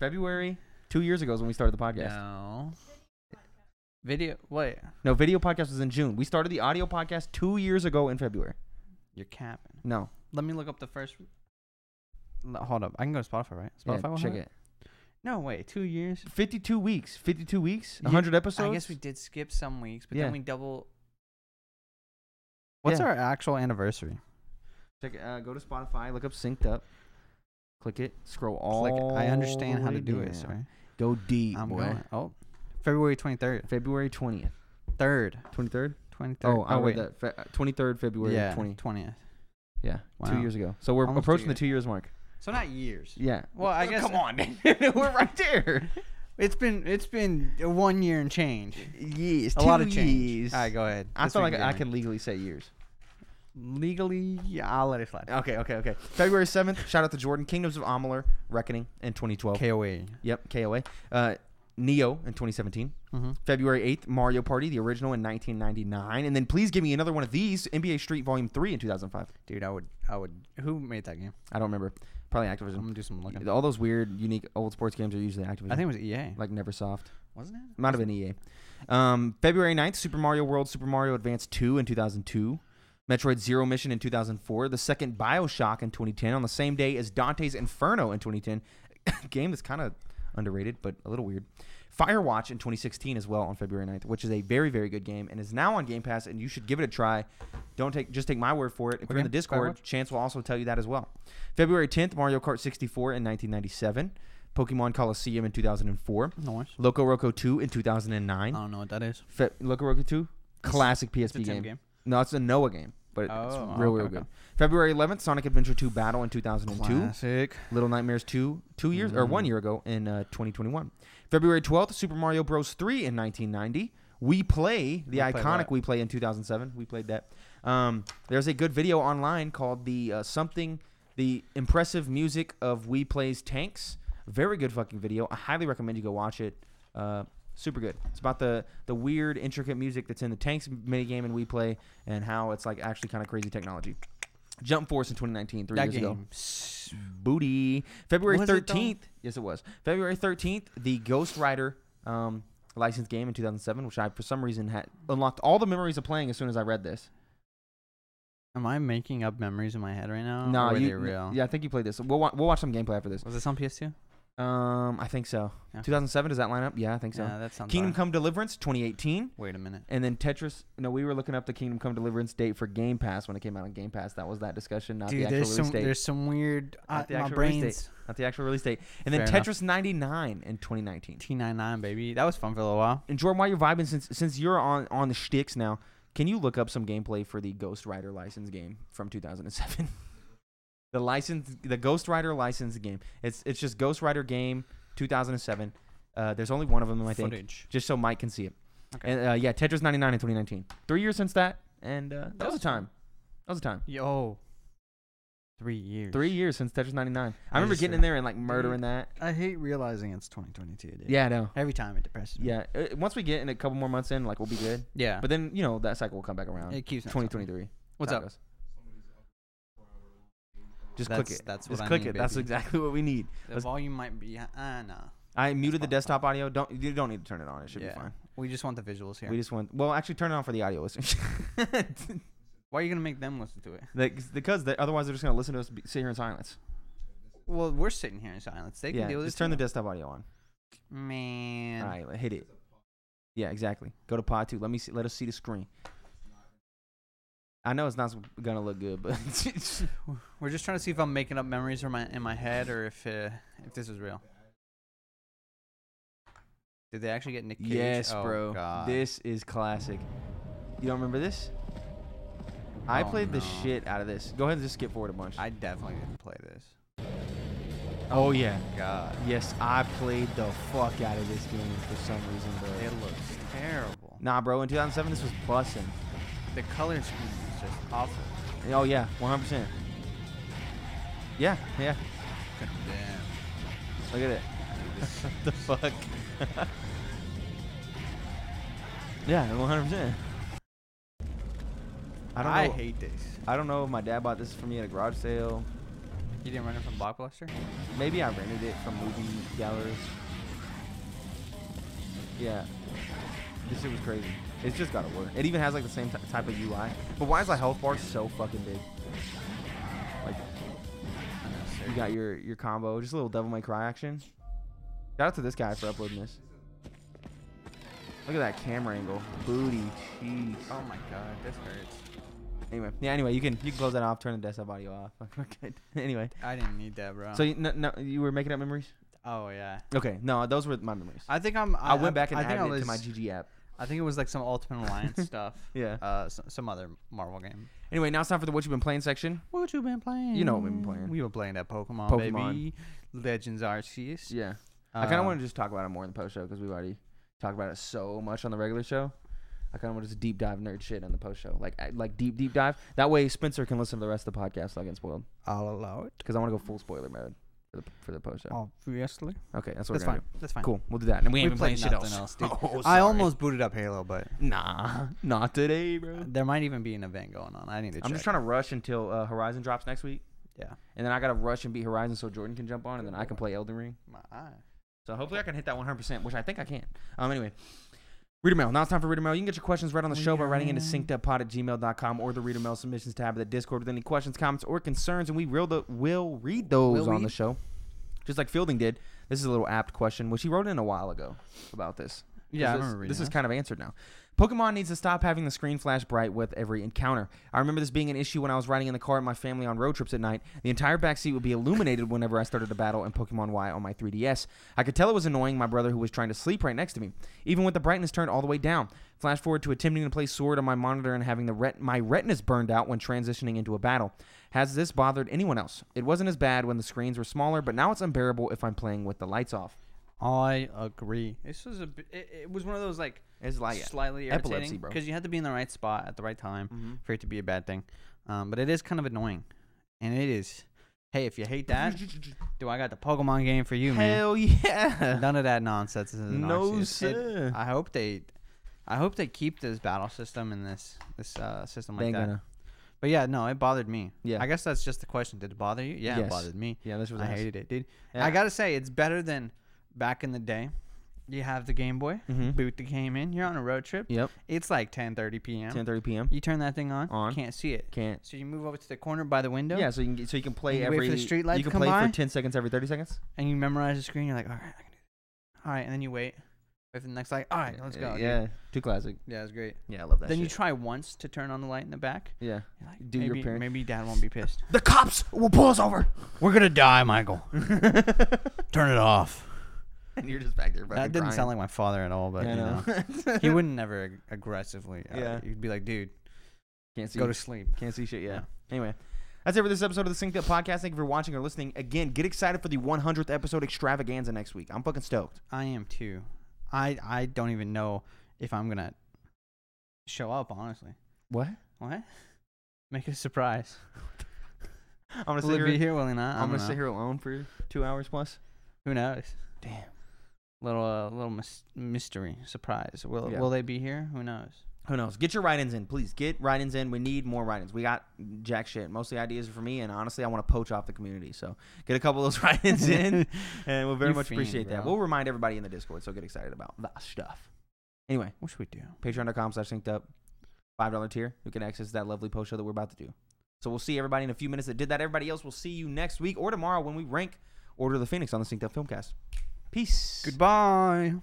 A: February, two years ago is when we started the podcast.
B: no. Video. Wait,
A: No, video podcast was in June. We started the audio podcast two years ago in February.
B: you're capping.
A: No.
B: Let me look up the first. L- Hold up, I can go to Spotify, right?
A: Yeah,
B: Spotify. will
A: check
B: have
A: it.
B: No way, two years.
A: 52 weeks. 52 weeks?
B: Yeah,
A: 100 episodes?
B: I guess we did skip some weeks, but
A: Yeah.
B: then we double. What's
A: Yeah.
B: our actual anniversary?
A: Check it, uh, go to Spotify, look up Synced Up, click it, scroll all.
B: Like I understand
A: the
B: how to
A: way
B: do it.
A: down.
B: Sorry.
A: Go deep,
B: I'm
A: boy.
B: going. Oh, February twenty third.
A: February 20th.
B: Third.
A: 23rd?
B: Twenty third.
A: Oh, I read that. Fe- uh, 23rd, February
B: yeah.
A: 20.
B: Twentieth.
A: Yeah, two
B: Wow.
A: years ago. So we're
B: Almost two
A: approaching the
B: years.
A: two years mark.
B: So not years.
A: Yeah.
B: Well, I guess
A: Come on. we're right there.
B: It's been it's been one year and change.
A: Yes,
B: A lot of change. All right, go ahead.
A: I
B: This
A: feel
B: week
A: like
B: in
A: I
B: gaming.
A: can legally say years.
B: legally. Yeah, I'll let it slide.
A: Okay, okay, okay. February 7th, shout out to Jordan. Kingdoms of Amalur, Reckoning in 2012.
B: KOA.
A: Yep, KOA. Uh, Neo in 2017.
B: Mhm.
A: February 8th, Mario Party, the original in 1999. And then please give me another one of these NBA Street Volume 3 in 2005.
B: Dude, I would I would. Who made that game?
A: I don't remember. Probably
B: I'm
A: Activision.
B: gonna do some looking.
A: All those weird, unique old sports games are usually Activision.
B: I think it was EA.
A: like Neversoft.
B: Wasn't it?
A: Might have been EA. Um, February 9th, Super Mario World, Super Mario Advance 2 in 2002. Metroid Zero Mission in 2004. The second Bioshock in 2010. On the same day as Dante's Inferno in 2010. Game that's kind of underrated, but a little weird. Firewatch in 2016 as well on February 9th, which is a very, very good game and is now on Game Pass, and you should give it a try. Don't take just take my word for it. If
B: What
A: you're in the
B: game?
A: Discord,
B: Firewatch?
A: Chance will also tell you that as well. February 10th, Mario Kart 64 in 1997. Pokemon Coliseum in 2004.
B: Noise.
A: Loco Roco 2 in
B: I
A: 2009.
B: don't know what that is.
A: Fe- Loco Roco 2, classic PSP
B: Oh. It's a Tim
A: game.
B: game.
A: No, it's a Noah game, but it-
B: Oh,
A: it's real,
B: okay,
A: real
B: okay.
A: good. February 11th, Sonic Adventure 2 Battle in 2002.
B: Classic.
A: Little Nightmares 2, two years or
B: Mm.
A: one year ago in uh, 2021. February 12th, Super Mario Bros. 3 in 1990. We Play, the
B: We Play
A: iconic
B: that.
A: We Play in 2007. We played that. Um, there's a good video online called the uh, something, the impressive music of We Play's Tanks. Very good fucking video. I highly recommend you go watch it. Uh, super good. It's about the the weird, intricate music that's in the tanks minigame in We Play and how it's like actually kind of crazy technology. Jump Force in 2019, three
B: That
A: years ago
B: game. s-
A: booty. February
B: Was it though?
A: thirteenth. yes, it was February thirteenth. The Ghost Rider um, license game in two thousand seven, which I for some reason had unlocked all the memories of playing as soon as I read this.
B: Am I making up memories in my head right now?
A: no,
B: or are
A: you,
B: Oh, they real?
A: yeah, I think you played this. We'll wa- we'll watch some gameplay after this.
B: Was this on PS2?
A: Um, I think so.
B: Yeah.
A: 2007 does that line up? Yeah, I think so.
B: Yeah, that sounds.
A: Kingdom
B: right.
A: Come Deliverance 2018,
B: Wait a minute.
A: and then Tetris. No, we were looking up the Kingdom Come Deliverance date for Game Pass when it came out on Game Pass. That was that discussion, not the
B: Dude,
A: actual
B: there's
A: release
B: some
A: date.
B: there's some weird uh,
A: Not the
B: my
A: actual release date.
B: brains.
A: Not the actual release date. And then
B: Fair enough.
A: Tetris 99 in 2019.
B: T99 baby, that was fun for a little while.
A: And Jordan, while you're vibing, since since you're on on the shticks now, can you look up some gameplay for the Ghost Rider license game from 2007? the license, the Ghost Rider license game. It's it's just Ghost Rider game 2007. Uh, there's only one of them, I think,
B: Footage.
A: just so Mike can see it.
B: Okay.
A: And uh, yeah, Tetris 99 in 2019. Three years since that, and uh, that was a time. That was a time.
B: Yo, three years.
A: Three years since Tetris 99. I
B: I
A: remember
B: just-
A: getting in there and like murdering that.
B: I hate realizing it's 2022. Dude.
A: Yeah, I know.
B: Every time it depresses me.
A: Yeah, uh, once we get in a couple more months in, like we'll be good.
B: Yeah.
A: But then you know that cycle will come back around.
B: it keeps messing up.
A: 2023.
B: What's up?
A: Tacos. Just
B: That's-
A: click it.
B: that's what
A: Just
B: I
A: click
B: need,
A: it. That's
B: baby.
A: exactly what we need.
B: The
A: Let's-
B: volume might be. Uh, nah.
A: I muted the
B: fine.
A: desktop audio. Don't you don't need to turn it on. It should
B: yeah.
A: be fine.
B: We just want the visuals here.
A: We just want well, actually, turn it on for the audio listeners.
B: Why are you gonna make them listen to it?
A: like, because they, otherwise they're just gonna listen to us be, sit here in silence.
B: Well, we're sitting here in silence. They can
A: yeah,
B: deal with
A: just
B: it
A: turn the
B: too.
A: desktop audio on.
B: man.
A: All right, let- hit it. Yeah, exactly. Go to pod two. Let me see. Let us see the screen. I know it's not gonna look good, but
B: We're just trying to see if I'm making up memories in my in my head or if uh, if this is real. Did they actually get Nick Cage?
A: Yes,
B: Oh,
A: bro.
B: God.
A: This is classic. You don't remember this? I
B: Oh,
A: played the
B: no.
A: shit out of this. Go ahead and just skip forward a bunch.
B: I definitely didn't play this.
A: oh yeah.
B: God,
A: Yes, I played the fuck out of this game for some reason, bro.
B: it looks terrible.
A: Nah, bro. In 2007, this was bussin'.
B: The color scheme is just awful.
A: Oh yeah, 100%. Yeah, yeah.
B: God Damn.
A: Look at it.
B: This-
A: the fuck? yeah, 100%. I don't know.
B: I hate this.
A: I don't know if my dad bought this for me at a garage sale.
B: You didn't run it from Blockbuster?
A: Maybe I rented it from movie galleries. Yeah. This shit was crazy. It's just gotta work. It even has like the same t- type of UI. But why is my health bar so fucking big? Like you got your your combo, just a little Devil May Cry action. Shout out to this guy for uploading this. Look at that camera angle, booty, cheeks.
B: Oh my god, this hurts.
A: Anyway, yeah. Anyway, you can you can close that off. Turn the desktop audio off. We're good. anyway,
B: I didn't need that, bro.
A: so you, no, no, you were making up memories.
B: oh yeah.
A: Okay, no, those were my memories.
B: I think I'm.
A: I, went back and
B: I think
A: added
B: I
A: it to my
B: was-
A: GG app.
B: I think it was like some Ultimate Alliance stuff.
A: Yeah.
B: Uh, s- some other Marvel game.
A: Anyway, now it's time for the what you've been playing section.
B: What you been playing?
A: You know what we've been playing.
B: We were playing that Pokemon,
A: Pokemon.
B: baby. Legends Arceus.
A: Yeah, I kind of
B: Uh,
A: want to just talk about it more in the post show because we've already talked about it so much on the regular show. I kind of want to just deep dive nerd shit on the post show, like I- like deep deep dive. That way, Spencer can listen to the rest of the podcast without getting spoiled.
B: I'll allow it.
A: Because I want to go full spoiler mode for the, for the post show.
B: Obviously.
A: Okay, that's what
B: Oh,
A: we're
B: That's fine.
A: gonna
B: That's fine.
A: do. Cool, we'll do that. And we,
B: We
A: ain't been playing
B: played
A: shit else.
B: nothing else, dude.
A: Oh,
B: I
A: sorry.
B: almost booted up Halo, but
A: nah, not today, bro.
B: there might even be an event going on. I need to check.
A: I'm just trying to rush until uh, Horizon drops next week,
B: Yeah.
A: and then I gotta rush and beat Horizon so Jordan can jump on, and then I can play Elden Ring.
B: My eye.
A: So hopefully I can hit that 100%, which I think I can. Um, anyway, reader mail. Now it's time for reader mail. You can get your questions read on the show by writing into syncpeduppod at gmail.com or the reader mail submissions tab of the Discord with any questions, comments, or concerns, and we will, the, will read those
B: Will
A: on
B: we?
A: the show. Just like Fielding did. This is a little apt question, which he wrote in a while ago about this. 'Cause
B: Yeah, I
A: this,
B: remember reading
A: this is
B: that.
A: kind of answered now. Pokemon needs to stop having the screen flash bright with every encounter. I remember this being an issue when I was riding in the car with my family on road trips at night. The entire backseat would be illuminated whenever I started a battle in Pokemon Y on my 3DS. I could tell it was annoying my brother who was trying to sleep right next to me, even with the brightness turned all the way down. Flash forward to attempting to play Sword on my monitor and having the ret- my retinas burned out when transitioning into a battle. Has this bothered anyone else? It wasn't as bad when the screens were smaller, but now it's unbearable if I'm playing with the lights off.
B: I agree. This was a. bi- It, it was one of those like
A: It's like
B: slightly
A: epilepsy,
B: irritating
A: bro.
B: because you have to be in the right spot at the right time for it to be a bad thing. Um, but it is kind of annoying, and it is. Hey, if you hate that, do I got the Pokemon game for you, man?
A: Hell yeah.
B: None of that nonsense is an
A: No,
B: Arceus. It-
A: sir.
B: I hope they, I hope they keep this battle system and this this uh, system
A: They
B: like
A: ain't
B: that.
A: gonna.
B: But yeah, no, it bothered me.
A: Yeah.
B: I guess that's just the question. Did it bother you? Yeah,
A: Yes.
B: it bothered me.
A: Yeah, this was.
B: I
A: ass.
B: hated it, dude.
A: Yeah.
B: I gotta say, it's better than back in the day You have the Game Boy.
A: Mhm.
B: Boot the game in. You're on a road trip.
A: Yep.
B: It's like 10:30 p.m.
A: 10:30 p.m.
B: You turn that thing on.
A: On.
B: Can't see it.
A: Can't.
B: So you move over to the corner by the window.
A: Yeah, so you can get, so you can play
B: You wait for
A: every
B: the street lights
A: you can
B: come
A: play
B: by?
A: for 10 seconds every 30 seconds.
B: And you memorize the screen. You're like, all right, I can do this. All right, and then you wait. Wait for the next light. All right, let's go.
A: Uh,
B: dude."
A: Yeah, too classic.
B: Yeah, it's great.
A: Yeah, I love that.
B: then you
A: shit.
B: try once to turn on the light in the back.
A: yeah.
B: You're like,
A: Do your
B: maybe,
A: parents-
B: Maybe dad won't be pissed.
A: The cops will pull us over.
B: We're gonna die, Michael.
A: and
B: Turn it off.
A: you're just back there.
B: That didn't sound like my father at all, but
A: Yeah, I
B: you
A: know.
B: know, he wouldn't never ag- aggressively. Uh,
A: Yeah.
B: he'd be like, dude,
A: can't see
B: go to sleep.
A: can't see shit. Yeah.
B: Yeah.
A: Anyway. That's it for this episode of the Synced Up Podcast. Thank you for watching or listening. Again, get excited for the 100th episode extravaganza next week. I'm fucking stoked.
B: I am too. I I don't even know if I'm gonna show up. Honestly,
A: What?
B: what? Make it a surprise.
A: I'm gonna
B: Will
A: sit
B: it
A: here.
B: be here? Will it not? I
A: I'm
B: don't
A: gonna sit
B: know.
A: here alone for two hours plus.
B: Who knows?
A: Damn.
B: Little uh, little mys- mystery surprise. Will
A: Yeah.
B: will they be here? Who knows?
A: Who knows? Get your write-ins in, please. Get write-ins in. We need more write-ins. We got jack shit. Most of the ideas are for me, and honestly, I want to poach off the community. So get a couple of those write-ins in, and we'll very
B: You
A: much
B: fiend,
A: appreciate that.
B: bro.
A: We'll remind everybody in the Discord. So get excited about that stuff. Anyway,
B: What should we do?
A: patreon.com slash synced up five dollar tier you can access that lovely post show that we're about to do so we'll see everybody in a few minutes that did that everybody else will see you next week or tomorrow when we rank order of the phoenix on the synced up filmcast peace
B: Goodbye.